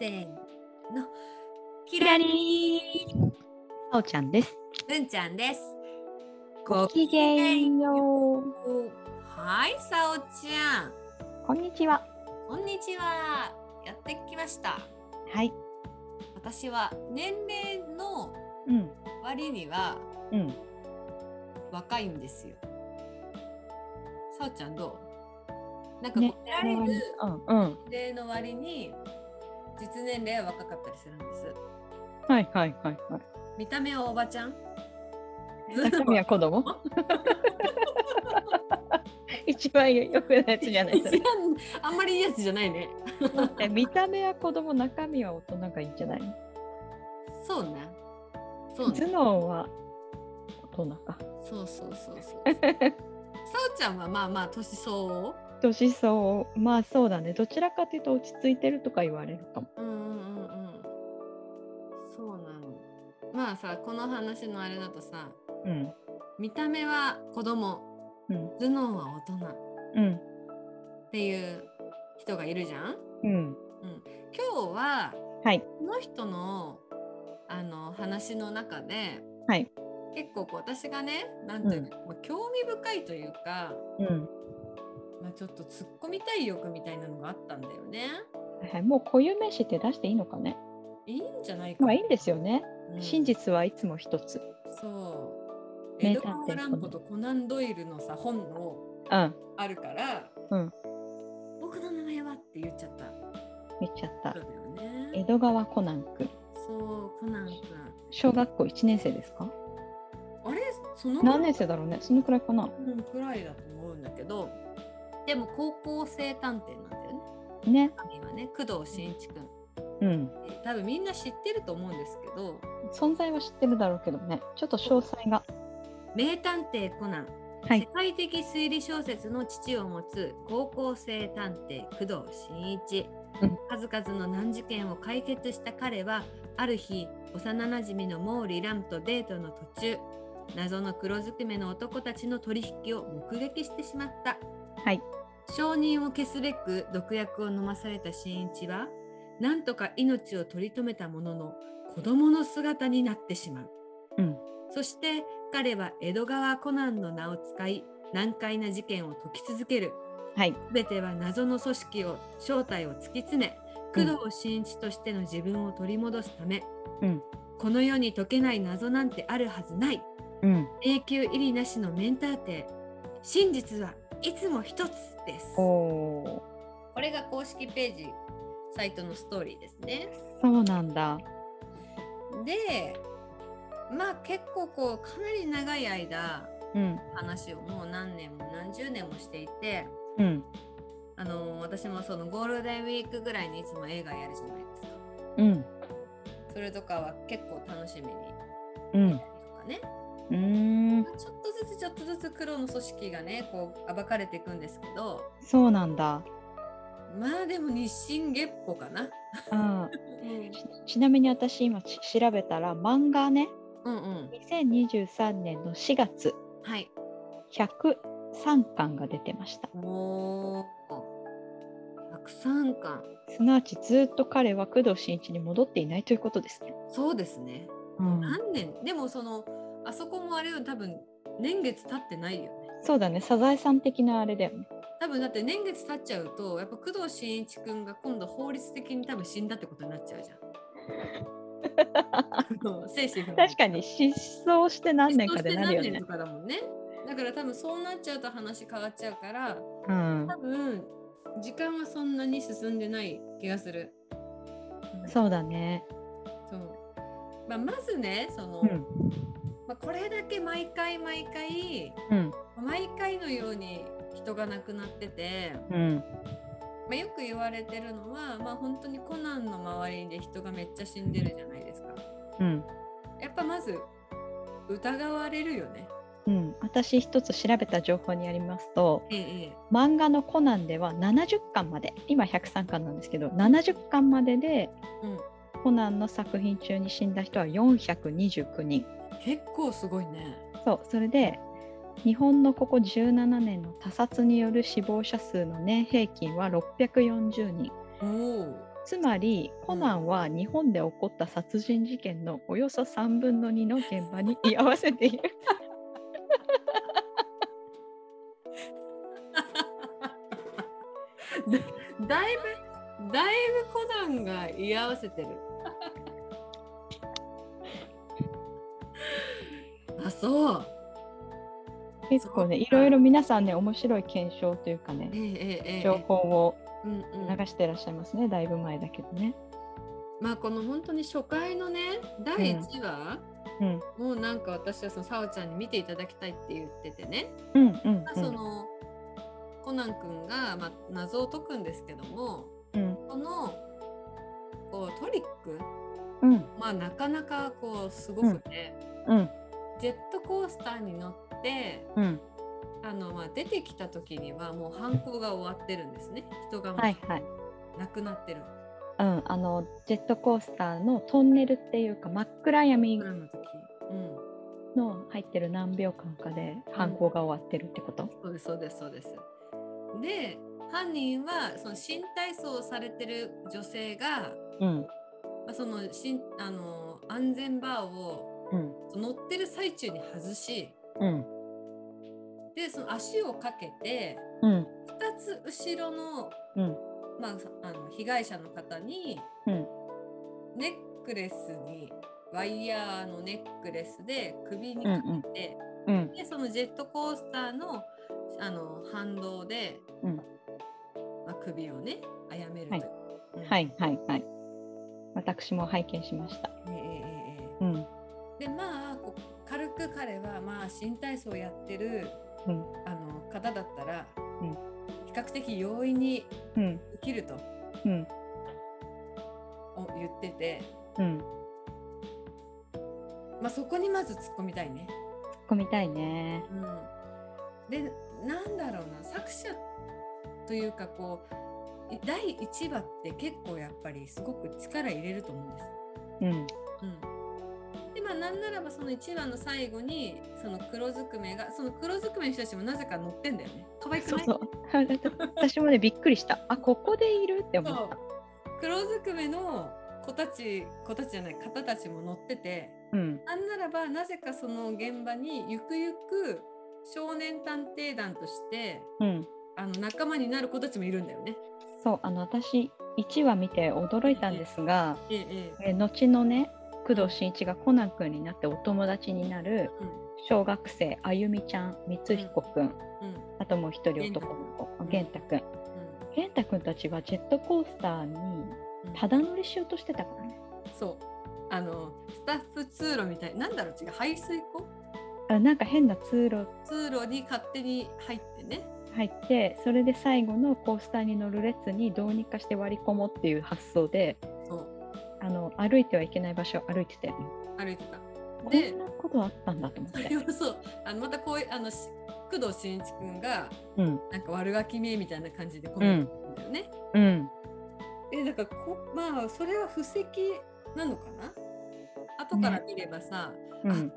せーの。キラリーさおちゃんです。うんちゃんです。ごきげんよう。はい、さおちゃん。こんにちは。こんにちは。やってきました。はい。私は年齢のうん。割にはうん。若いんですよ。さおちゃんどうなんかねこう、出られるうん。うん。年齢の割に実年齢は若かったりするんです。はいはいはいはい。見た目はおばちゃん中身は子 供一番よくないやつじゃ ないです一番 あんまりいいやつじゃないね。か。見た目は子供、中身は大人がいいんじゃないそうね。そう頭ね。脳は大人か。 そうそうそうそう。さおちゃんはまあまあ年相応。年相応、まあそうだね。どちらかというと落ち着いてるとか言われるかも。うんうんうんうん。そうなの。まあさこの話のあれだとさうん。見た目は子供うん。頭脳は大人っうん。ていう人がいるじゃんうん。今日は、はいこの人のあの話の中で、はい結構こう私がねなんていうか、まあ興味深いというか、うん。まあ、ちょっと突っ込みたい欲みたいなのがあったんだよね。はいはい、もう固有名詞って出していいのかね。いいんじゃないかまあないいんですよね。うん真実はいつも一つ。そう。名エド探ガー・偵ランポとコナン・ドイルのさ本のうん。あるから、うん僕の名前はって言っちゃった見ちゃった人。だよね。江戸川コナン君。そう、コナン君。小学校1年生ですかあれその何年生だろうねそのくらいかなうんくらいだと思うんだけど、でも高校生探偵なんだよね。ね。神はね、工藤新一君。うん。多分みんな知ってると思うんですけど、存在は知ってるだろうけどね。ちょっと詳細が。名探偵コナン、はい世界的推理小説の父を持つ高校生探偵工藤新一、うん数々の難事件を解決した彼はある日幼なじみの毛利蘭とデートの途中謎の黒ずくめの男たちの取引を目撃してしまったはい。証人を消すべく毒薬を飲まされた新一はなんとか命を取り留めたものの子供の姿になってしまううん。そして彼は江戸川コナンの名を使い難解な事件を解き続けるはい。全ては謎の組織を正体を突き詰めうん工藤新一としての自分を取り戻すため、うんこの世に解けない謎なんてあるはずないうん。永久入りなしのメンターテ真実はいつも一つですおこおれが公式ページサイトのストーリーですねー。そうなんだ。でまあ結構こうかなり長い間うん。話をもう何年も何十年もしていて、うん。あの私もそのゴールデンウィークぐらいにいつも映画やるじゃないですか。うん。それとかは結構楽しみに。うん。とかね、うーん。ちょっとずつちょっとずつ黒の組織がねこう暴かれていくんですけどそうなんだ。まあでも日進月歩かな。あうんーちちなみに私今ち調べたら漫画ねうんうん。 2023年の4月はい。 103巻が出てましたおお。103巻。すなわちずっと彼は工藤新一に戻っていないということですね、そうですね。うん、何年でもそのあそこもあれよ多分年月経ってないよね。そうだねサザエさん的なあれだよね多分だって年月経っちゃうとやっぱ工藤新一君が今度法律的に多分死んだってことになっち ゃうじゃん。あの精神不明確かに失踪して何年かでなるよ失踪ねして何年と。かだもんね。だから多分そうなっちゃうと話変わっちゃうからうん、多分時間はそんなに進んでない気がする。うそうだね。そう、まあ、まずねその、うん、まあ、これだけ毎回毎回うん、毎回のように人が亡くなってて。うん、あ、よく言われてるのは、まあ、本当にコナンの周りで人がめっちゃ死んでるじゃないですか。うん。やっぱまず疑われるよね。うん、私一つ調べた情報によりますとええ漫画の「コナン」では70巻まで今103巻なんですけど70巻まででうん、コナンの作品中に死んだ人は429人結構すごいね。そうそれで日本のここ17年の他殺による死亡者数の年平均は640人おお。つまりコナンは日本で起こった殺人事件のおよそ3分の2の現場に居合わせ ているだいぶだいぶコナンが居合わせてる。 あそう。結構ねそういかろいろ皆さんね面白い検証というかねえええええ情え。報をうんうん。流してらっしゃいますね、だいぶ前だけどね。まあこの本当に初回のね第1話、うんもうなんか私はそのさおちゃんに見ていただきたいって言っててね、うんうんまあそのコナン君が、まあ、謎を解くんですけどもうんこのこうトリックうんまあなかなかこうすごくね、うんジェットコースターに乗ってうんあの、まあ、出てきた時にはもう犯行が終わってるんですね人がもうはいはい亡くなってる、うんあのジェットコースターのトンネルっていうか真っ暗闇僕らの時、うん、の入ってる何秒間かで犯行が終わってるってこと、そうですそうですそうです。で犯人はその新体操をされてる女性が、うんまあ、そのしんあの安全バーをうんその乗ってる最中に外しうんでその足をかけてうん2つ後ろの,、うんまあ、あの被害者の方にうんネックレスにワイヤーのネックレスで首にうんうかんけて、うんでそのジェットコースターのあの反動で、うんまあ、首をねあやめるとはいい、ううんはいはいはい私も拝見しましたええええうえんえでまあこう軽く彼はまあ新体操をやってる、うんあの方だったら、うん比較的容易にうんできるとうんお言ってて、うん突っまあ、そこにまず突っ込みたいね。込みたいねうん、でなんだろうな作者というかこうい第1話って結構やっぱりすごく力入れると思うんです。うんうん、でまあなんならばその1話の最後にその黒ずくめがその黒ずくめの人たちもなぜか乗ってんだよね。可愛くそなういそう私もねびっくりしたあここでいるって思った黒ずくめの子たち子たちじゃない方たちも乗っててうんなんならばなぜかその現場にゆくゆく少年探偵団としてうんあの仲間になる子たちもいるんだよね。そうあの私1話見て驚いたんですが、えええー後のね工藤新一がコナン君になってお友達になるうん小学生あゆみちゃん光彦君、ん、うんあともう一人男の子玄玄太君玄太君たちはジェットコースターにうん、ただ乗りしようとしてたからねそうあのスタッフ通路みたいなんだろう違う排水溝あなんか変な通路通路に勝手に入ってね入ってそれで最後のコースターに乗る列にどうにかして割り込もうっていう発想でそうあの歩いてはいけない場所を歩いてて歩いてたこでんなことあったんだと思っそてれ。をそうあのまたこういうあのし工藤新一君がうんなんか悪ガキめみたいな感じでコメントするんだよね、うんえだからこまあそれは布石なのかな後から見ればさ、うん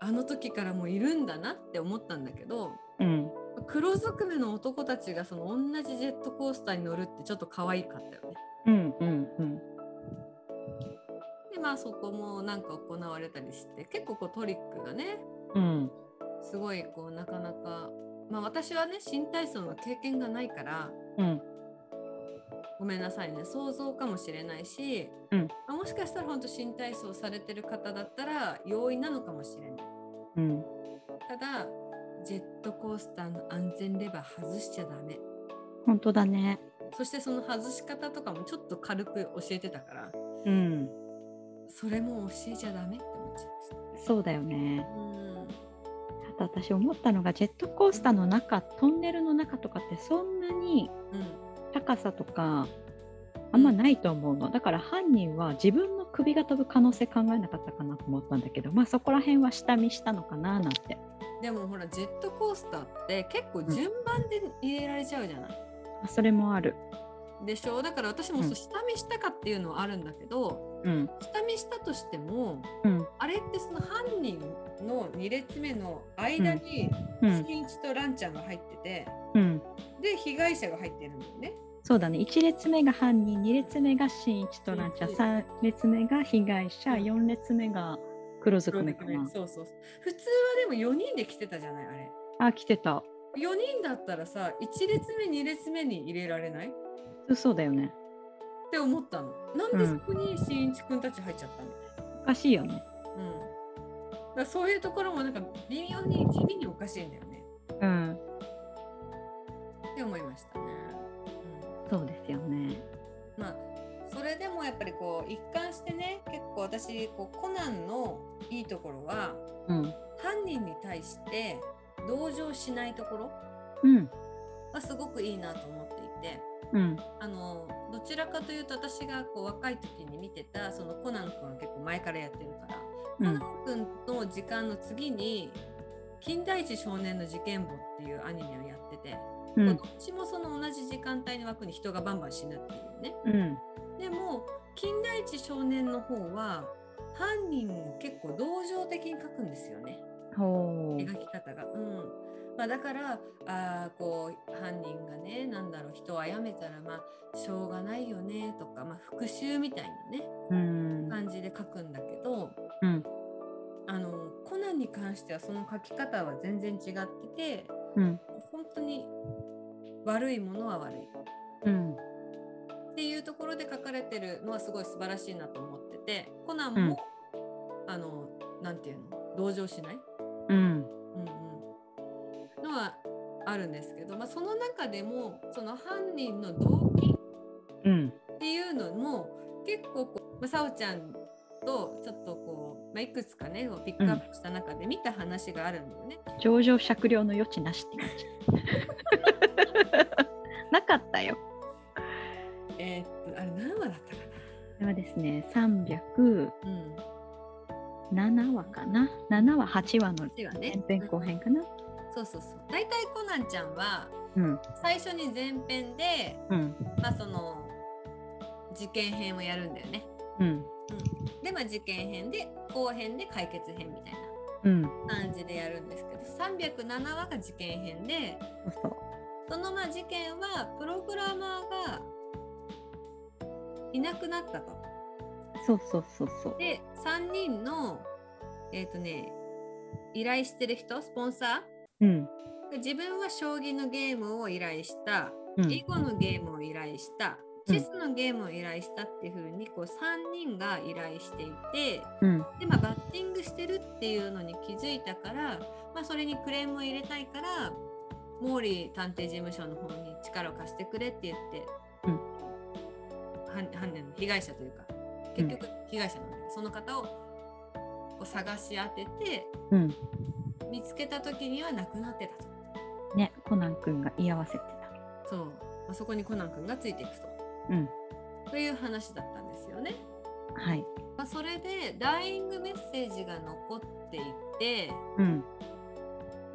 あの時からもういるんだなって思ったんだけどうん黒ずくめの男たちがその同じジェットコースターに乗るってちょっと可愛かったよね。うんうんうんでまあそこもなんか行われたりして結構こうトリックがねうんすごいこうなかなかまあ私はね新体操の経験がないからうんごめんなさいね想像かもしれないし、うんまあもしかしたら本当新体操されてる方だったら容易なのかもしれないうんただジェットコースターの安全レバー外しちゃダメ本当だね。そしてその外し方とかもちょっと軽く教えてたからうん。それも教えちゃダメって思っちゃいましたそうだよね。うんあと私思ったのがジェットコースターの中トンネルの中とかってそんなにうん高さとかあんまないと思うの、だから犯人は自分の首が飛ぶ可能性考えなかったかなと思ったんだけどまあそこら辺は下見したのかななんてでもほらジェットコースターって結構順番で入れられちゃうじゃない、あそれもあるでしょだから私もうんそう下見したかっていうのはあるんだけど、うん下見したとしてもうんあれってその犯人の2列目の間にうん新一とランちゃんが入ってて、うんで被害者が入ってるんだよね。そうだね1列目が犯人2列目が新一とランチャー3列目が被害者うん4列目が黒ずくめかなそうそう普通はでも4人で来てたじゃないあれ。あ来てた4人だったらさ1列目2列目に入れられないっそうだよねて思ったの。なんでそこに新一くんたち入っちゃったの、おかしいよねうんだからそういうところもなんか微妙に地味におかしいんだよねうんって思いましたね。そうですよねうん、まあそれでもやっぱりこう一貫してね結構私こうコナンのいいところはうん犯人に対して同情しないところうんがすごくいいなと思っていて。うんあのどちらかというと私がこう若い時に見てたそのコナン君は結構前からやってるから、うコんナン君の時間の次に「金田一少年の事件簿」っていうアニメをやってて、うまあんどっちもその同じ時間帯の枠に人がバンバン死ぬっていうねうんでも金田一少年の方は犯人を結構同情的に描くんですよねほう描き方が。うんまあ、だからあーこう犯人がねなんだろう人を殺めたらまあしょうがないよねとか、まあ、復讐みたいなねうん感じで書くんだけどうんあのコナンに関してはその書き方は全然違っててうん本当に悪いものは悪いうんっていうところで書かれてるのはすごい素晴らしいなと思っててコナンも、あのなんていうの同情しないうんうんうんのはあるんですけど、まあ、その中でもその犯人の動機うんっていうのも結構こう、まあ、さおちゃんとちょっとこう、まあ、いくつかねこうピックアップした中で見た話があるんだよね。上場酌量の余地なしって感 じなかったよえーっとあれ何話だったかこれはですね307な、うん、話かな7話8話の8話ね前編後編かなそうそうそう大体コナンちゃんはうん最初に前編で、うんまあ、その事件編をやるんだよね。うんで、まあ、事件編で後編で解決編みたいな。うん感じでやるんですけど307話が事件編でそうそうそのまあ事件はプログラマーがいなくなったと。そうそうそうそう。で3人のえっ、とね依頼してる人スポンサうん。ーが自分は将棋のゲームを依頼したうん囲碁のゲームを依頼した。チェスのゲームを依頼したっていう風にこう3人が依頼していてうん。で、まあ、バッティングしてるっていうのに気づいたから、まあ、それにクレームを入れたいからモーリー探偵事務所の方に力を貸してくれって言って、うん犯犯人の被害者というか結局被害者なんだけど、その方をを探し当ててうん。見つけた時には亡くなってたとね、コナン君が居合わせてた。そう、まあ、そこにコナン君がついていくとうん。という話だったんですよね。はい。まあ、それでダイイングメッセージが残っていてうん。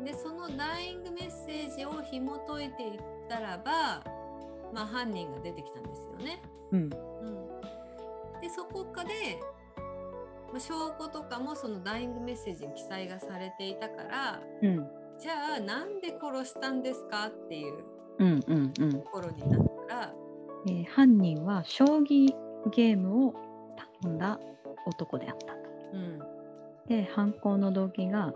でそのダイイングメッセージを紐解いていったらば、まあ、犯人が出てきたんですよね。うん。うん、でそこかで、まあ、証拠とかもそのダイイングメッセージに記載がされていたからうん。じゃあなんで殺したんですかっていううん。うん。うんと。ころになったらえー犯人は将棋ゲームを頼んだ男であったと。うんで、犯行の動機が、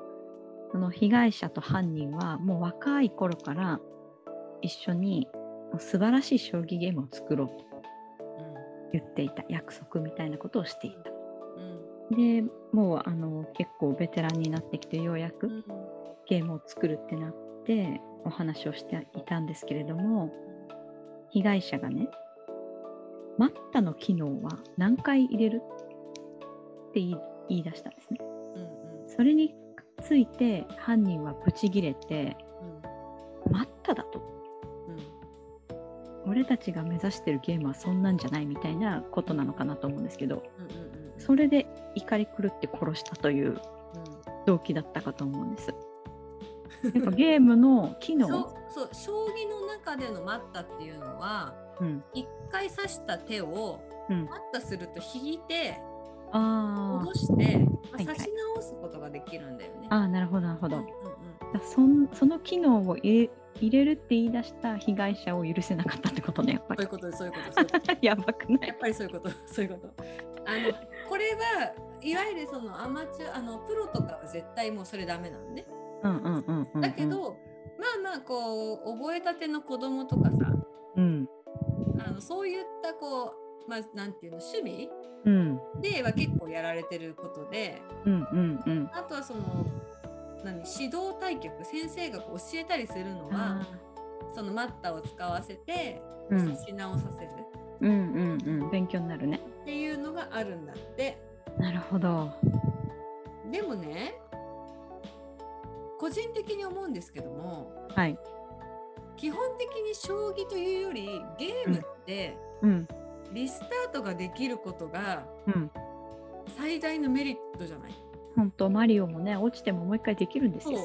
その被害者と犯人はもう若い頃から一緒に素晴らしい将棋ゲームを作ろうと言っていた約束みたいなことをしていた。うんで、もうあの結構ベテランになってきてようやく、うんゲームを作るってなってお話をしていたんですけれども被害者がね「待ったの機能は何回入れる?」って言い言い出したんですね。うんそれについて犯人はブチギレてう「ん待っただ」とうん俺たちが目指してるゲームはそんなんじゃないみたいなことなのかなと思うんですけどうんうんうんそれで怒り狂って殺したという動機だったかと思うんです。やっぱゲームの機うん、能そうそう将棋の中での待ったっていうのはうん一回指した手をうん待ったすると引いてあ戻して、まあ、はい指はいし直すことができるんだよね。ーあーなるほどなるほうんうど。んだそんその機能を入れ入れるって言い出した被害者を許せなかったってことねやっぱそういりう。ことですそういうことですそういうこ とやばくなやっいぱりそういうことそういうこと。あのこれはいわゆるそのアマチュアあのプロとかは絶対もうそれダメなのね。うんうんうんうんうん。だけど、まあまあこう覚えたての子供とかさうんあのそういったこうまあなんていうの趣味うんでは結構やられてることでうんうんうん。あとはその何指導対局先生がこう教えたりするのはその待ったを使わせてーう指んし直させるうんうんうん勉強になるね。っていうのがあるんだって。なるほど。でもね個人的に思うんですけどもはい。基本的に将棋というよりゲームってうんリスタートができることがうん。最大のメリットじゃない本当マリオもね落ちてももう一回できるんですよ。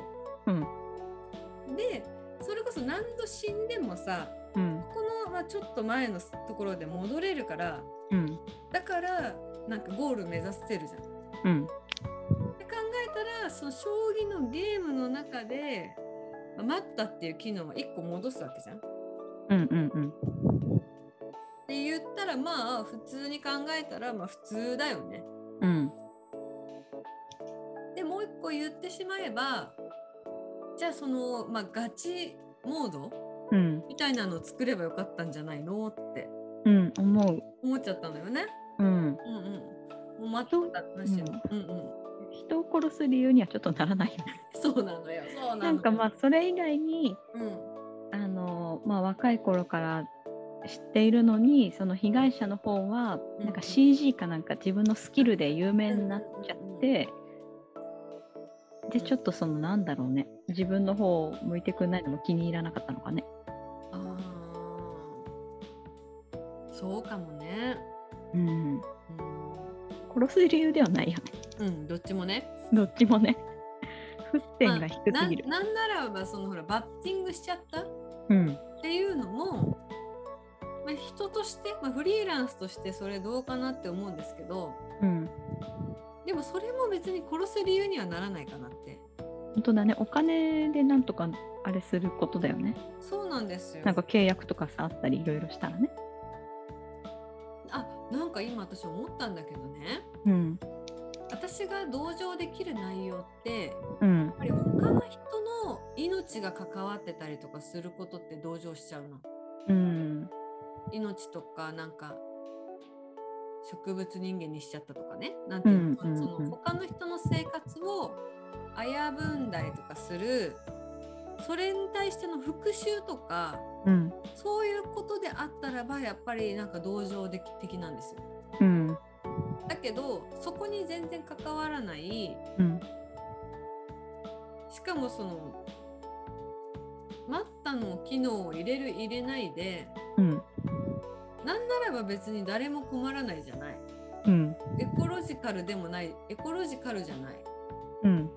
ううんでそれこそ何度死んでもさうんこの、まあ、ちょっと前のところで戻れるからうんだからなんかゴール目指せるじゃん。ってうん考えたらその将棋のゲームの中でまあ待ったっていう機能は1個戻すわけじゃん。っうんうんうん。て言ったらまあ普通に考えたらまあ普通だよね。うんでもう1個言ってしまえばじゃあその、まあ、ガチモードうんみたいなのを作ればよかったんじゃないのってうん思う。思っちゃったんだよね。うん。うんうん。もう待ったなしの。うんうん。人を殺す理由にはちょっとならないよね。そうなのよ。そうなのなよ。んかまあそれ以外にうん。あのまあ若い頃から知っているのにその被害者の方はうんなんか CG かなんか自分のスキルで有名になっちゃってでちょっとそのなんだろうね自分の方を向いてくんないのも気に入らなかったのかね。ああ。そうかもね。うん、う殺す理由ではないよね。 ん。うん、どっちもね。どっちもね。 沸点が低ますあぎる。なんなんならばそのほらバッティングしちゃったっうん。ていうのも、まあ、人として、まあ、フリーランスとしてそれどうかなって思うんですけどうん。でもそれも別に殺す理由にはならないかなって本当だね。お金でなんとかあれすることだよね。そうなんですよなんか契約とかさあったりいろいろしたらね。あなんか今私思ったんだけどねうん。私が同情できる内容ってやっうん。ぱり他の人の命が関わってたりとかすることって同情しちゃうのうん。命とかなんか植物人間にしちゃったとかねなんていうの,、うんうんうんその他の人の生活を危ぶんだりとかするそれに対しての復讐とかうん。そういうことであったらばやっぱりなんか同情的的なんですよ。うん。だけどそこに全然関わらないうん。しかもその待ったの機能を入れる入れないでうん。なんならば別に誰も困らないじゃないうん。エコロジカルでもないエコロジカルじゃないうん。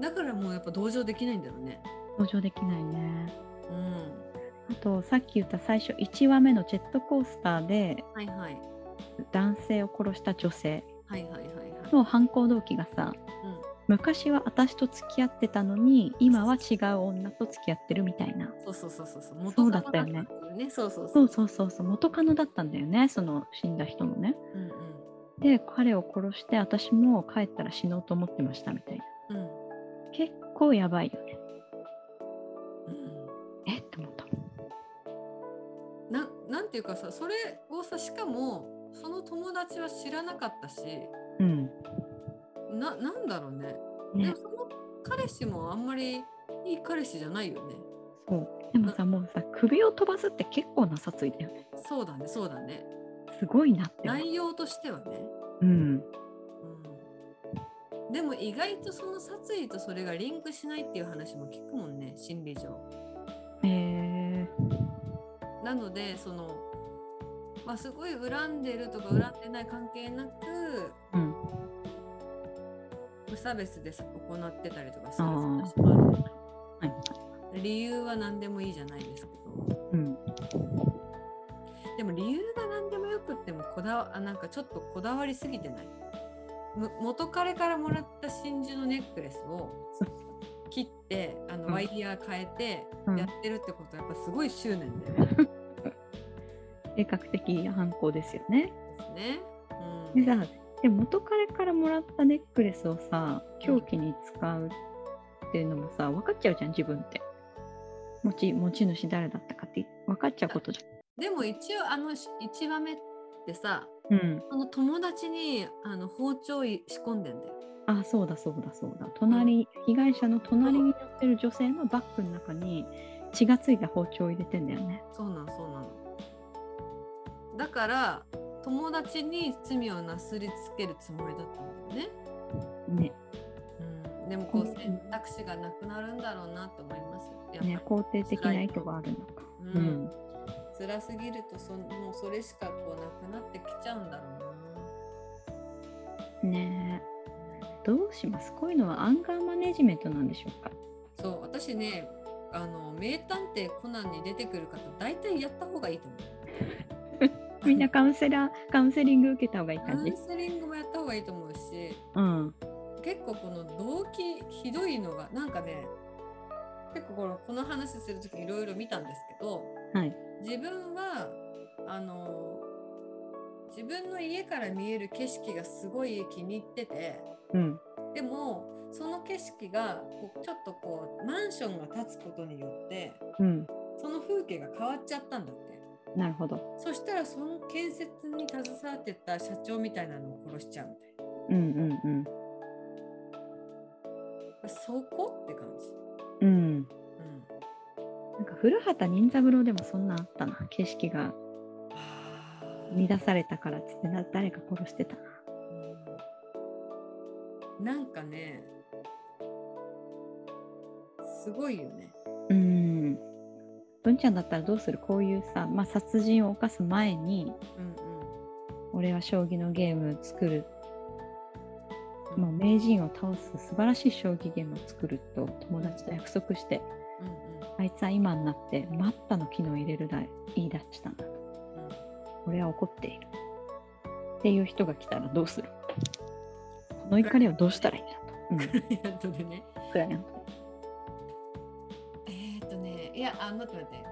だからもうやっぱ同情できないんだろうね同情できないね。うんあとさっき言った最初1話目のジェットコースターではいはい男性を殺した女性はいはいはいはいの犯行動機がさうん昔は私と付き合ってたのに今は違う女と付き合ってるみたいなそうそうそうそうそうそうだったよね元カノだっていうねそうそうそそううそうそうそう元カノだったんだよねその死んだ人もねうんで彼を殺して私も帰ったら死のうと思ってましたみたいなうんうん結構やばいよねうんえっと思ったななんていうかさそれをさしかもその友達は知らなかったしうんななんだろうねでねもその彼氏もあんまりいい彼氏じゃないよねそうでもさもうさ首を飛ばすって結構な殺意だよねそうだねそうだねすごいなって思う内容としてはね、うんうん、でも意外とその殺意とそれがリンクしないっていう話も聞くもんね心理上えーなのでその、まあ、すごい恨んでるとか恨んでない関係なく、うん無差別で行ってたりとかすあるー話もあるじゃないはい理由は何でもいいじゃないですけどうんでも理由が何でもよくってもこだわあなんかちょっとこだわりすぎてないむ元彼からもらった真珠のネックレスを 切ってあうんのワイヤー変えてうんやってるってことはやっぱすごい執念だよね。計画的犯行ですよね。ですねうでん、さで元彼からもらったネックレスをさ凶器に使うっていうのもさ分かっちゃうじゃん自分って持ち持ち主誰だったかって分かっちゃうことじでも一応あの1話目ってさゃん。うん、その友達にあの包丁い仕込んでんだよ。あそうだそうだそうだ隣被害者の隣になってる女性のバッグの中に血がついた包丁を入れてんだよね。そうなのそうなの。だから友達に罪をなすりつけるつもりだったんだよね。ねうん、でもこううん選択肢がなくなるんだろうなと思います。やっぱりね肯定的な意図があるのか。ううんん、辛すぎるとそもうそれしかこうなくなってきちゃうんだろねえうな。どうしますこういうのはアンガーマネジメントなんでしょうかそう私ねあの名探偵コナンに出てくる方大体やった方がいいと思う。 みんなカウンセラーカウンセリング受けた方がいいカウ感じン。セリングもやった方がいいと思うしうん結構この動機ひどいのがなんかね結構このこの話する時いろいろ見たんですけど、はい自分はあの自分の家から見える景色がすごい気に入っててうんでもその景色がこうちょっとこうマンションが建つことによってうん、その風景が変わっちゃったんだってなるほど。そしたらその建設に携わってた社長みたいなのを殺しちゃうみたいうんうんなそこって感じ、うん。うん。うん、なんか古畑任三郎でもそんなんあったな。景色が乱されたからっつってな誰か殺してたな。うんなんかねすごいよね。うん。文ちゃんだったらどうするこういうさ、まあ、殺人を犯す前にうん俺は将棋のゲーム作るうんもう名人を倒す素晴らしい将棋ゲームを作ると友達と約束してうあんいつは今になって待ったの機能入れるだ言い出したんだとうんうん 俺は怒っているっていう人が来たらどうするこの怒りをどうしたらいいんだと。うんやっとでね。クライアントえーっとねいやあ待って待って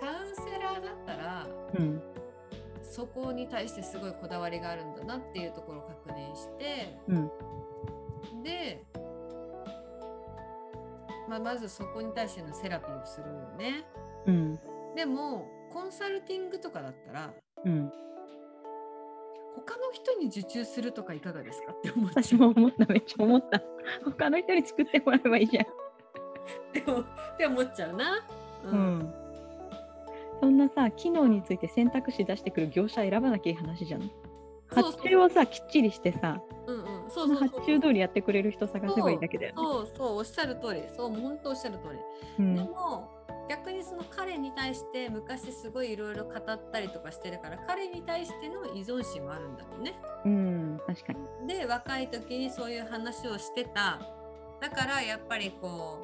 カウンセラーだったらうんそこに対してすごいこだわりがあるんだなっていうところを確認して、で、まあ、まずそこに対してのセラピーをするよね。うんでもコンサルティングとかだったらうん他の人に受注するとかいかがですかって 思っちゃう私も思っためっちゃ思った他の人に作ってもらえばいいじゃん、でもって思っちゃうな。うんん、そんなさ機能について選択肢出してくる業者選ばなきゃいい話じゃんそう発注をさきっちりしてさうんうん、そそうのそう発そう注通りやってくれる人探せばいいだけだよねそうそうおっしゃる通りそうもう本当おっしゃる通り、うでんも逆にその彼に対して昔すごいいろいろ語ったりとかしてるから彼に対しての依存心もあるんだろうね。うん確かにで若い時にそういう話をしてただからやっぱりこ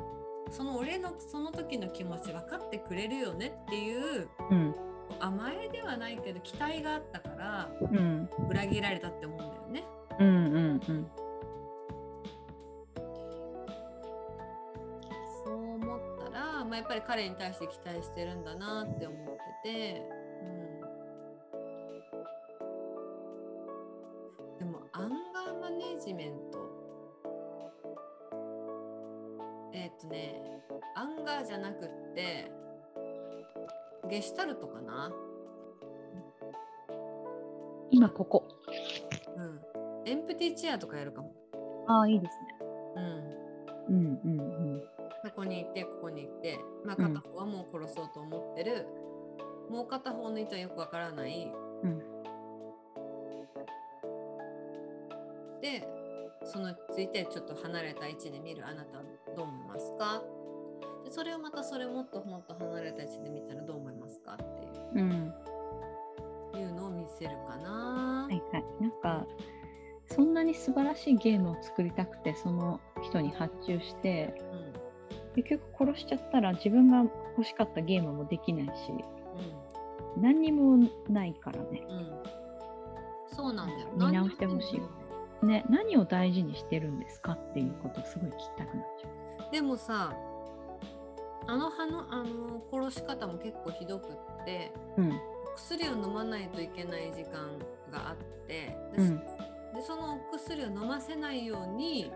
うその俺のその時の気持ち分かってくれるよねっていううん甘えではないけど期待があったからうん裏切られたって思うんだよね。うんうんうんそう思ったら、まあ、やっぱり彼に対して期待してるんだなって思ってて、うん、でもアンガーマネジメントえーっ、とねアンガーじゃなくってゲシュタルトかな、今ここうん、エンプティチェアとかやるかも、ああいいですねうん、うんうんうんここに行ってここに行って、まあ、うん片方はもう殺そうと思ってる、もう片方の意図はよくわからない、うんでそのついてちょっと離れた位置で見るあなたはどう思いますかででそれをまたそれもっともっと離れた位置で見たらどう思いますかってうんいういうのを見せるかな。はいはい、なんかそんなに素晴らしいゲームを作りたくてその人に発注してうんうん結局殺しちゃったら自分が欲しかったゲームもできないし何にもないからねうんそうなんだよ。見直してほしいね何を大事にしてるんですかっていうことをすごい聞きたくなっちゃう。でもさあの歯のあの殺し方も結構ひどくってうん薬を飲まないといけない時間があってで,、うんでそのお薬を飲ませないように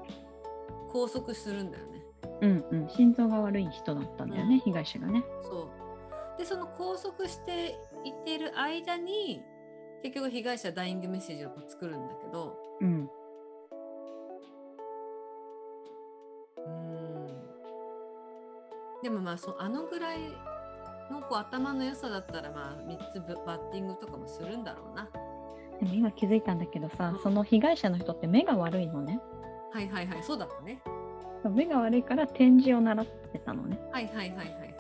拘束するんだよね。うんうん、心臓が悪い人だったんだよね、うん被害者がね。そうでその拘束していってる間に結局被害者はダイイングメッセージを作るんだけどうん、うんでもまあそあのぐらいのこう頭の良さだったらまあ3つぶバッティングとかもするんだろうな。でも今気づいたんだけどさうんその被害者の人って目が悪いのねはいはいはいそうだったね。目が悪いから点字を習ってたのねはいはいはいはいはい。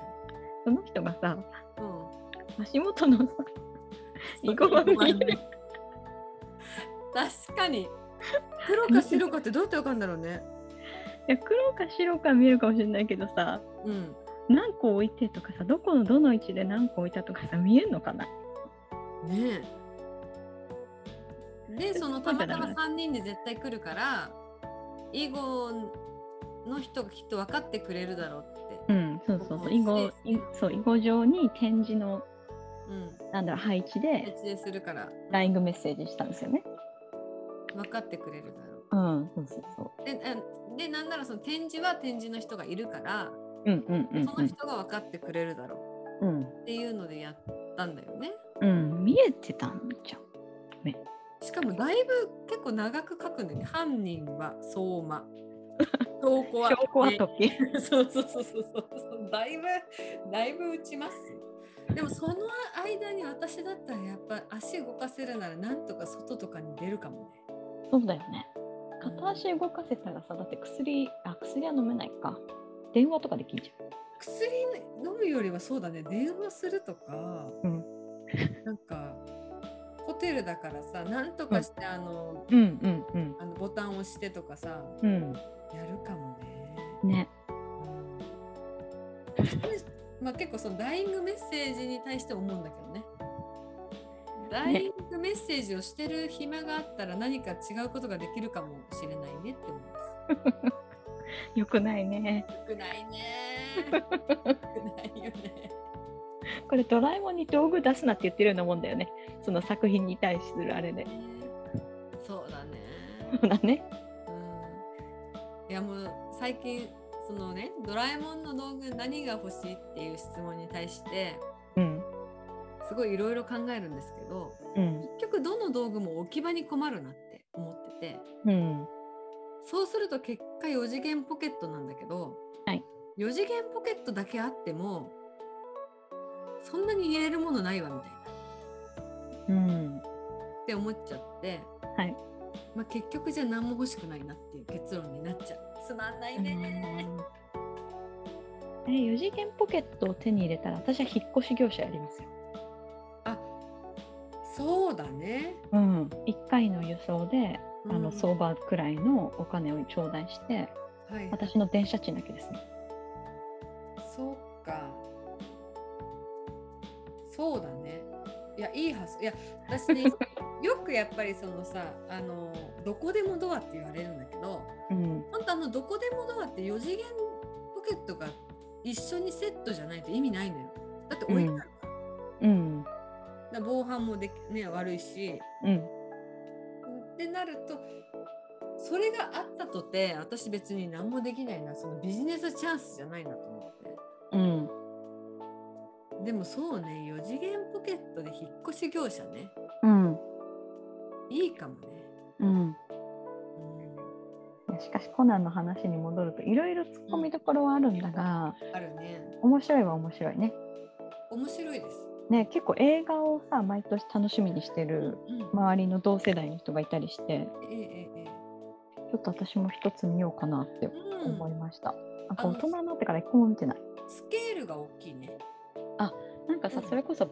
その人がさうん足元のさ囲碁盤見て確かに黒か白かってどうやってわかるんだろうね。いや黒か白か見えるかもしれないけどさうん何個置いてとかさどこのどの位置で何個置いたとかさ見えるのかなねえでそのたまたそうまじゃ3人で絶対来るから囲碁の人がきっと分かってくれるだろうっうて、んそうそううそんう囲碁いそう囲碁上に点字のうん、なんだろう配置で設定するからライングメッセージしたんですよね分かってくれるだろうんそうそうそううであでなんならその展示は展示の人がいるからうんうんうそんの人が分かってくれるだろうんうっていうのでやったんだよねうん、うん、見えてたんじゃんしかもだいぶ結構長く書くんだよね犯人は相馬 証拠は証拠は時計 そうそうそうそうそうそうだいぶだいぶ打ちますでもその間に私だったらやっぱ足動かせるならなんとか外とかに出るかもねそうだよね片足動かせたらさだって薬あ薬は飲めないか電話とかできんじ薬飲むよりはそうだね電話するとか、うんなんかホテルだからさなんとかして、あのゃんうんうんあのボタンを押してとかさうんやるかもね、うんねうんそれまあ結構そのダイイングメッセージに対して思うんだけどね。ダイイングメッセージをしてる暇があったら何か違うことができるかもしれないねって思います。よくないね。よくない ね。よくないよ ね。これドラえもんに道具出すなって言ってるようなもんだよね。その作品に対するあれで。そうだね。そうだね。うん、いやもう最近そのね「ドラえもんの道具何が欲しい?」っていう質問に対してうん。すごいいろいろ考えるんですけど。うん。結局どの道具も置き場に困るなって思っててうん。そうすると結果4次元ポケットなんだけど、はい4次元ポケットだけあってもそんなに入れるものないわみたいなうん。って思っちゃって、はいまあ、結局じゃあ何も欲しくないなっていう結論になっちゃうつまんないねえ、4次元ポケットを手に入れたら私は引っ越し業者やりますよ。あそうだねうん。1回の輸送で、あうのん相場くらいのお金を頂戴して、はい私の電車賃だけですね。そうか。そうだね。いや、いい発想。いや、私 ね、よくやっぱりそのさ、あの、どこでもドアって言われるんだけど、うん。本当あの、どこでもドアって4次元ポケットが一緒にセットじゃないと意味ないのよ。だって置いてあるから。うん。だから防犯もできね、悪いし。うん。ってなると、それがあったとて、私別に何もできないな、そのビジネスチャンスじゃないなと思って。うん。でもそうね4次元ポケットで引っ越し業者ねうん。いいかもね、うん。うしかしコナンの話に戻るといろいろ突っ込みどころはあるんだが、ん、あるね面白いは面白いね。面白いです、ね結構映画をさ毎年楽しみにしてるうん周りの同世代の人がいたりしてえええええちょっと私も一つ見ようかなってえうん思いました。あこう大人になってから一個も見てないスケールが大きいね。なんかさ、うんそれこそ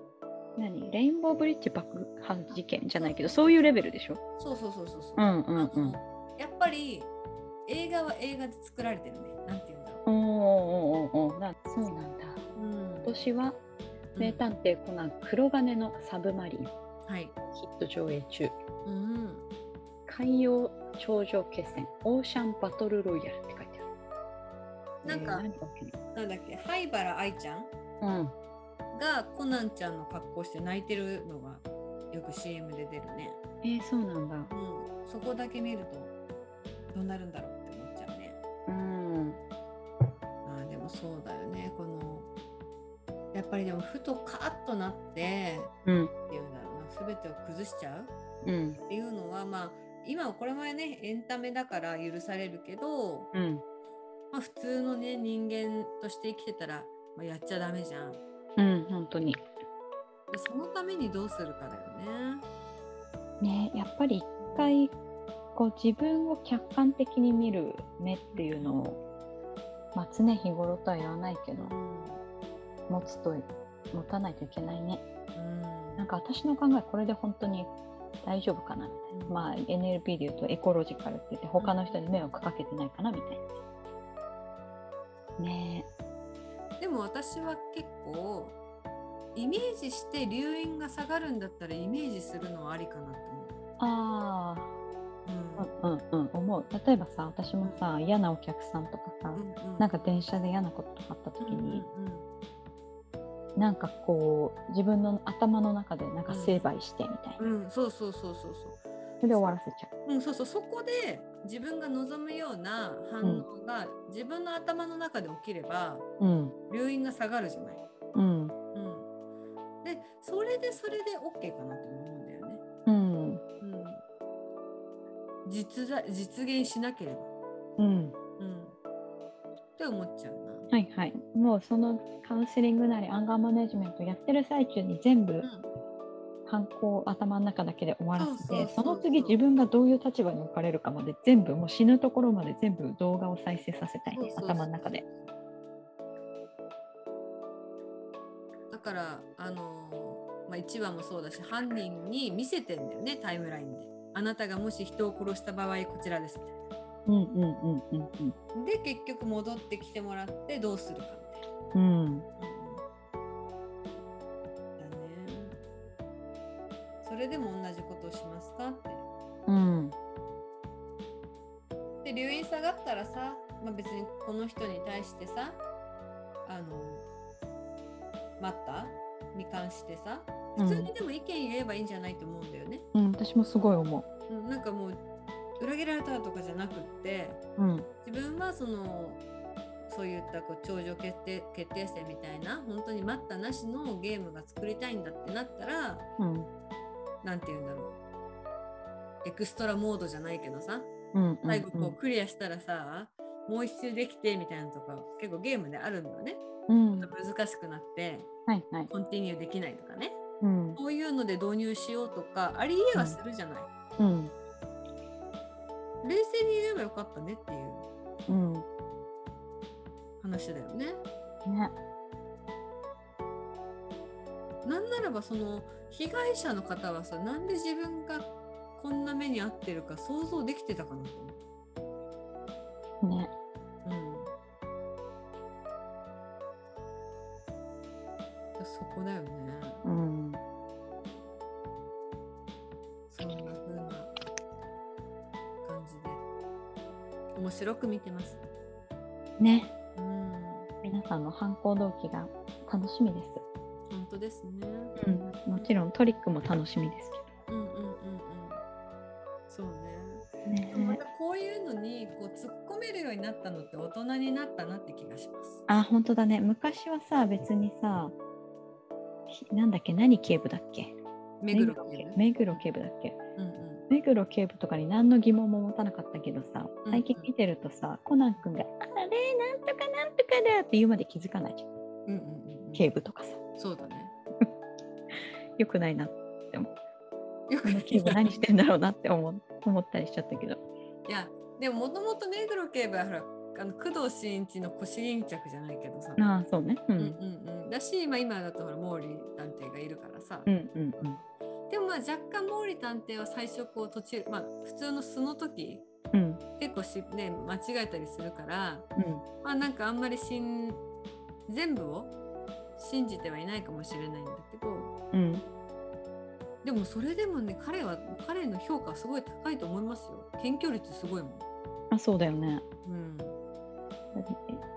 何レインボーブリッジ爆破事件じゃないけどそういうレベルでしょそうそうそうそうそう。うんうんあのやっぱり映画は映画で作られてるね。なんて言うんだろうんおーおーおーおーなそうなんだう。うん今年は名探偵コナン黒金のサブマリンヒはい。ット上映中うん。海洋頂上決戦オーシャンバトルロイヤルって書いてあるなんかえー何が起きるなんだっけ、灰原愛ちゃんうんがコナンちゃんの格好して泣いてるのがよく CM で出るね。えー、そうなんだうん。そこだけ見るとどうなるんだろうって思っちゃうね。うんまあでもそうだよね。このやっぱりでもふとカーッとなってうんっていうんだろうな全てを崩しちゃううんっていうのはまあ今はこれ前ねエンタメだから許されるけど、うんまあ、普通のね人間として生きてたら、まあ、やっちゃダメじゃんでうん本当にそのためにどうするかだよねねやっぱり一回こう自分を客観的に見る目っていうのを、まあ、常日頃とは言わないけど持つと持たないといけないねうんなんか私の考えこれで本当に大丈夫かなみたいな、まあ NLP で言うとエコロジカルって言って他の人に迷惑かけてないかなみたいなねでも私は結構イメージして流飲が下がるんだったらイメージするのはありかなと思えあう。あうんうんうん思う例えばさ私もさ嫌なお客さんとかさうんうんうんなんか電車で嫌なこととかあった時に、うんうんなんかこう自分の頭の中でなんか成敗してみたいな、うん、うんそうそうそうそうそうそれで終わらせちゃううん、そうそうそこで自分が望むような反応が自分の頭の中で起きればうん病院が下がるじゃない。うんうん、でそれでそれで OK かなと思うんだよね。うんうん、実在実現しなければ。うんうん、って思っちゃうな。はいはいもうそのカウンセリングなりアンガーマネジメントやってる最中に全部反抗を頭の中だけで終わらせそうそうてそうその次自分がどういう立場に置かれるかまで全部もう死ぬところまで全部動画を再生させたいそうねそうそう頭の中でだからあのーまあ、1話もそうだし犯人に見せてんだよねタイムラインで。あなたがもし人を殺した場合こちらですみたいうんうんうんうんな。で結局戻ってきてもらってどうするかみたいな。うんうんだね。それでも同じことをしますかって。うんで留飲下がったらさ、まあ、別にこの人に対してさあの待ったに関してさ普通にでも意見言えばいいんじゃないと思うんだよね。うん私もすごい思うんなんかもう裏切られたとかじゃなくってううん自分はそのそういったこう頂上決定決定戦みたいな本当に待ったなしのゲームが作りたいんだってなったらうんなんて言うんだろうエクストラモードじゃないけどさうん最後こうクリアしたらさ、もう一周できてみたいなのとか結構ゲームであるんだよね、うんちょっと難しくなってはいはいコンティニューできないとかねうんこういうので導入しようとかありえはするじゃない、うん冷静に言えばよかったねっていううん話だよねねなんならばその被害者の方はさなんで自分がこんな目に遭ってるか想像できてたかなと思うねうん、そこだよねうんそんな風な感じで面白く見てますねうん皆さんの反抗動機が楽しみです、本当ですねうん、もちろんトリックも楽しみですうんうんうんうんそうねけどねでもまたこういうのにこう突っ込めるようになったのって大人になったなって気がしますあ本当だね昔はさ別にさひなんだっけ何警部だっけ目黒っていうね目黒警部だっけうん目黒警部とかに何の疑問も持たなかったけどさうん最近見てるとさ、コナン君が「あれなんとかなんとかだ」って言うまで気づかないじゃんうんうんうんうん警部とかさそうだねよくないなよこくの警部何 してんだろうなって思思ったりしちゃったけどいやでももともと目黒警部はほらあの工藤新一の腰巾着じゃないけどさ、ああそうね。う。うんうんんうん、だし、まあ、今だとほら毛利探偵がいるからさ、うんうんうん。でもまあ若干毛利探偵は最初こう途中、まあ、普通の素の時うん結構し、ね、間違えたりするから、うん。まあ、なんかあんまりしん全部を信じてはいないかもしれないんだけどうん、でもそれでもね彼は彼の評価はすごい高いと思いますよ検挙率すごいもん。あそうだよね。うん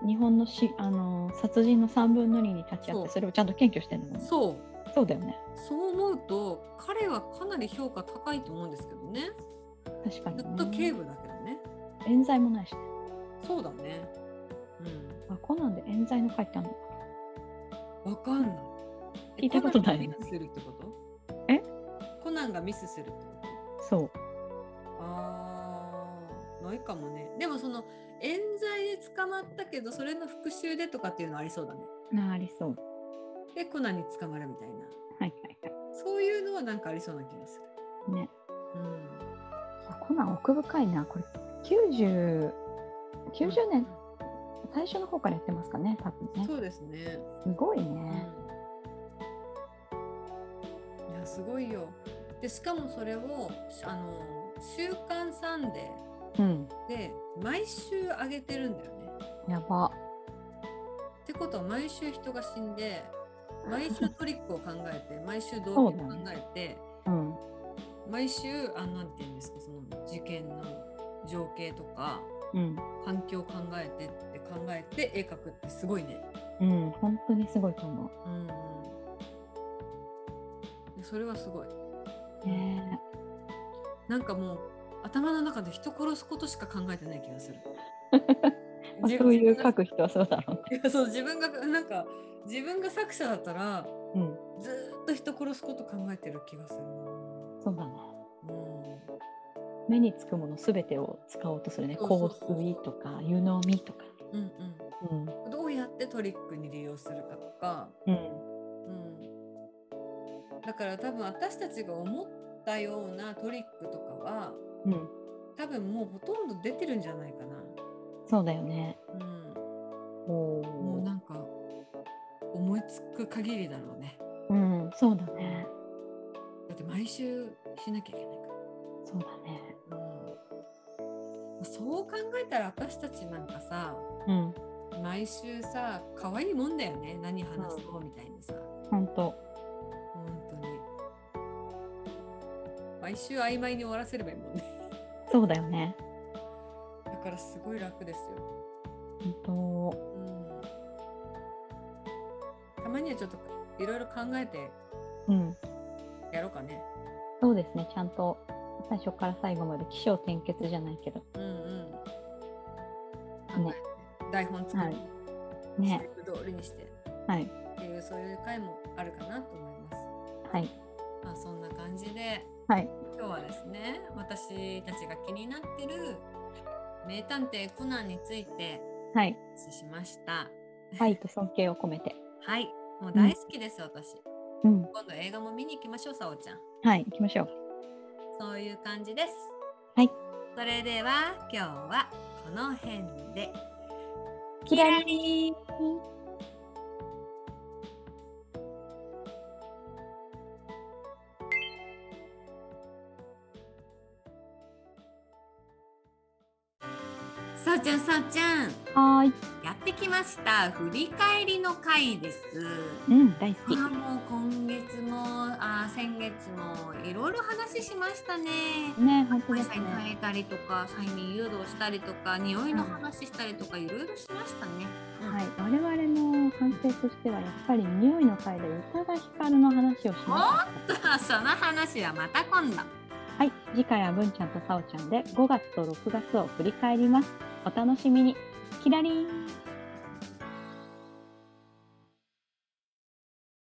日本のし、あのー殺人の3分の2に立ち会っそうてそれをちゃんと検挙してるのもんねそうそうだよねそう思うと彼はかなり評価高いと思うんですけどね確かずにっと警ね部だけどね冤罪もないし、ね、そうだねあコナンで冤罪の書いてあるのうんわかんないえ聞いたことないコナンがミスするってことえコナンがミスするってことそうあーないかもねでもその冤罪で捕まったけどそれの復讐でとかっていうのありそうだねなありそうでコナンに捕まるみたいなはいはいそういうのはなんかありそうな気がするはいねうんあコナン奥深いなこれ9090年最初の方からやってますかね多分ねそうですねすごいねいやすごいよでしかもそれをあの「週刊サンデうんー」で毎週上げてるんだよね。やばってことは毎週人が死んで毎週トリックを考え て毎週動機を考えてうん毎週あなんて言うんですかその事件の情景とかうん環境を考えてって考えて絵描くってすごいね。うん本当にすごいと思うんでそれはすごい。うねなんかもう頭の中で人殺すことしか考えてない気がするえ。 まあそういう書覚く人はそうだろうね悟そう自分が なんか自分が作者だったらうんずーっと人殺すこと考えてる気がするなそうだねうん目につくものすべてを使おうとするねそうそう香そう水とか湯飲みとか、うんうんうんどうやってトリックに利用するかとか、うん、うん、だから多分私たちが思ったようなトリックとかはうん、多分もうほとんど出てるんじゃないかな。そうだよねうんおもうーなんか思いつく限りだろうね。うんそうだねだって毎週しなきゃいけないかそうだねら。うん、そう考えたら私たちなんかさうん毎週さ可愛いもんだよね何話そうみたいなさ、本当本当に毎週曖昧に終わらせればいいもんね そうだよねだからすごい楽ですよ、本当うん、たまにはちょっといろいろ考えてうんやろうかねそうですねちゃんと最初から最後まで起承転結じゃないけどうんうん考えて台本作って、ねステップ通りにしてはいっていうそういう回もあるかなと思います。はいまあそんな感じではい今日はですね私たちが気になってる名探偵コナンについて はいお話ししました。愛と尊敬を込めてはい、もう大好きです、私。うん今度映画も見に行きましょう、さおちゃん。はい行きましょうそういう感じです。はい。それでは今日はこの辺で。キラリーさおちゃん、さおちゃん。はーいやってきました。振り返りの回です。うん大好きああもう今月もあー先月もいろいろ話しましたね。ね本当野です菜変ねえたりとか催眠誘導したりとか匂いの話したりとかいろいろしましたね。はい、我々の反省としてはやっぱり匂いの回で宇多田ヒカルの話をしました。 その話はまた今度。はい、次回は文ちゃんとさおちゃんで5月と6月を振り返ります。お楽しみに。キラリン。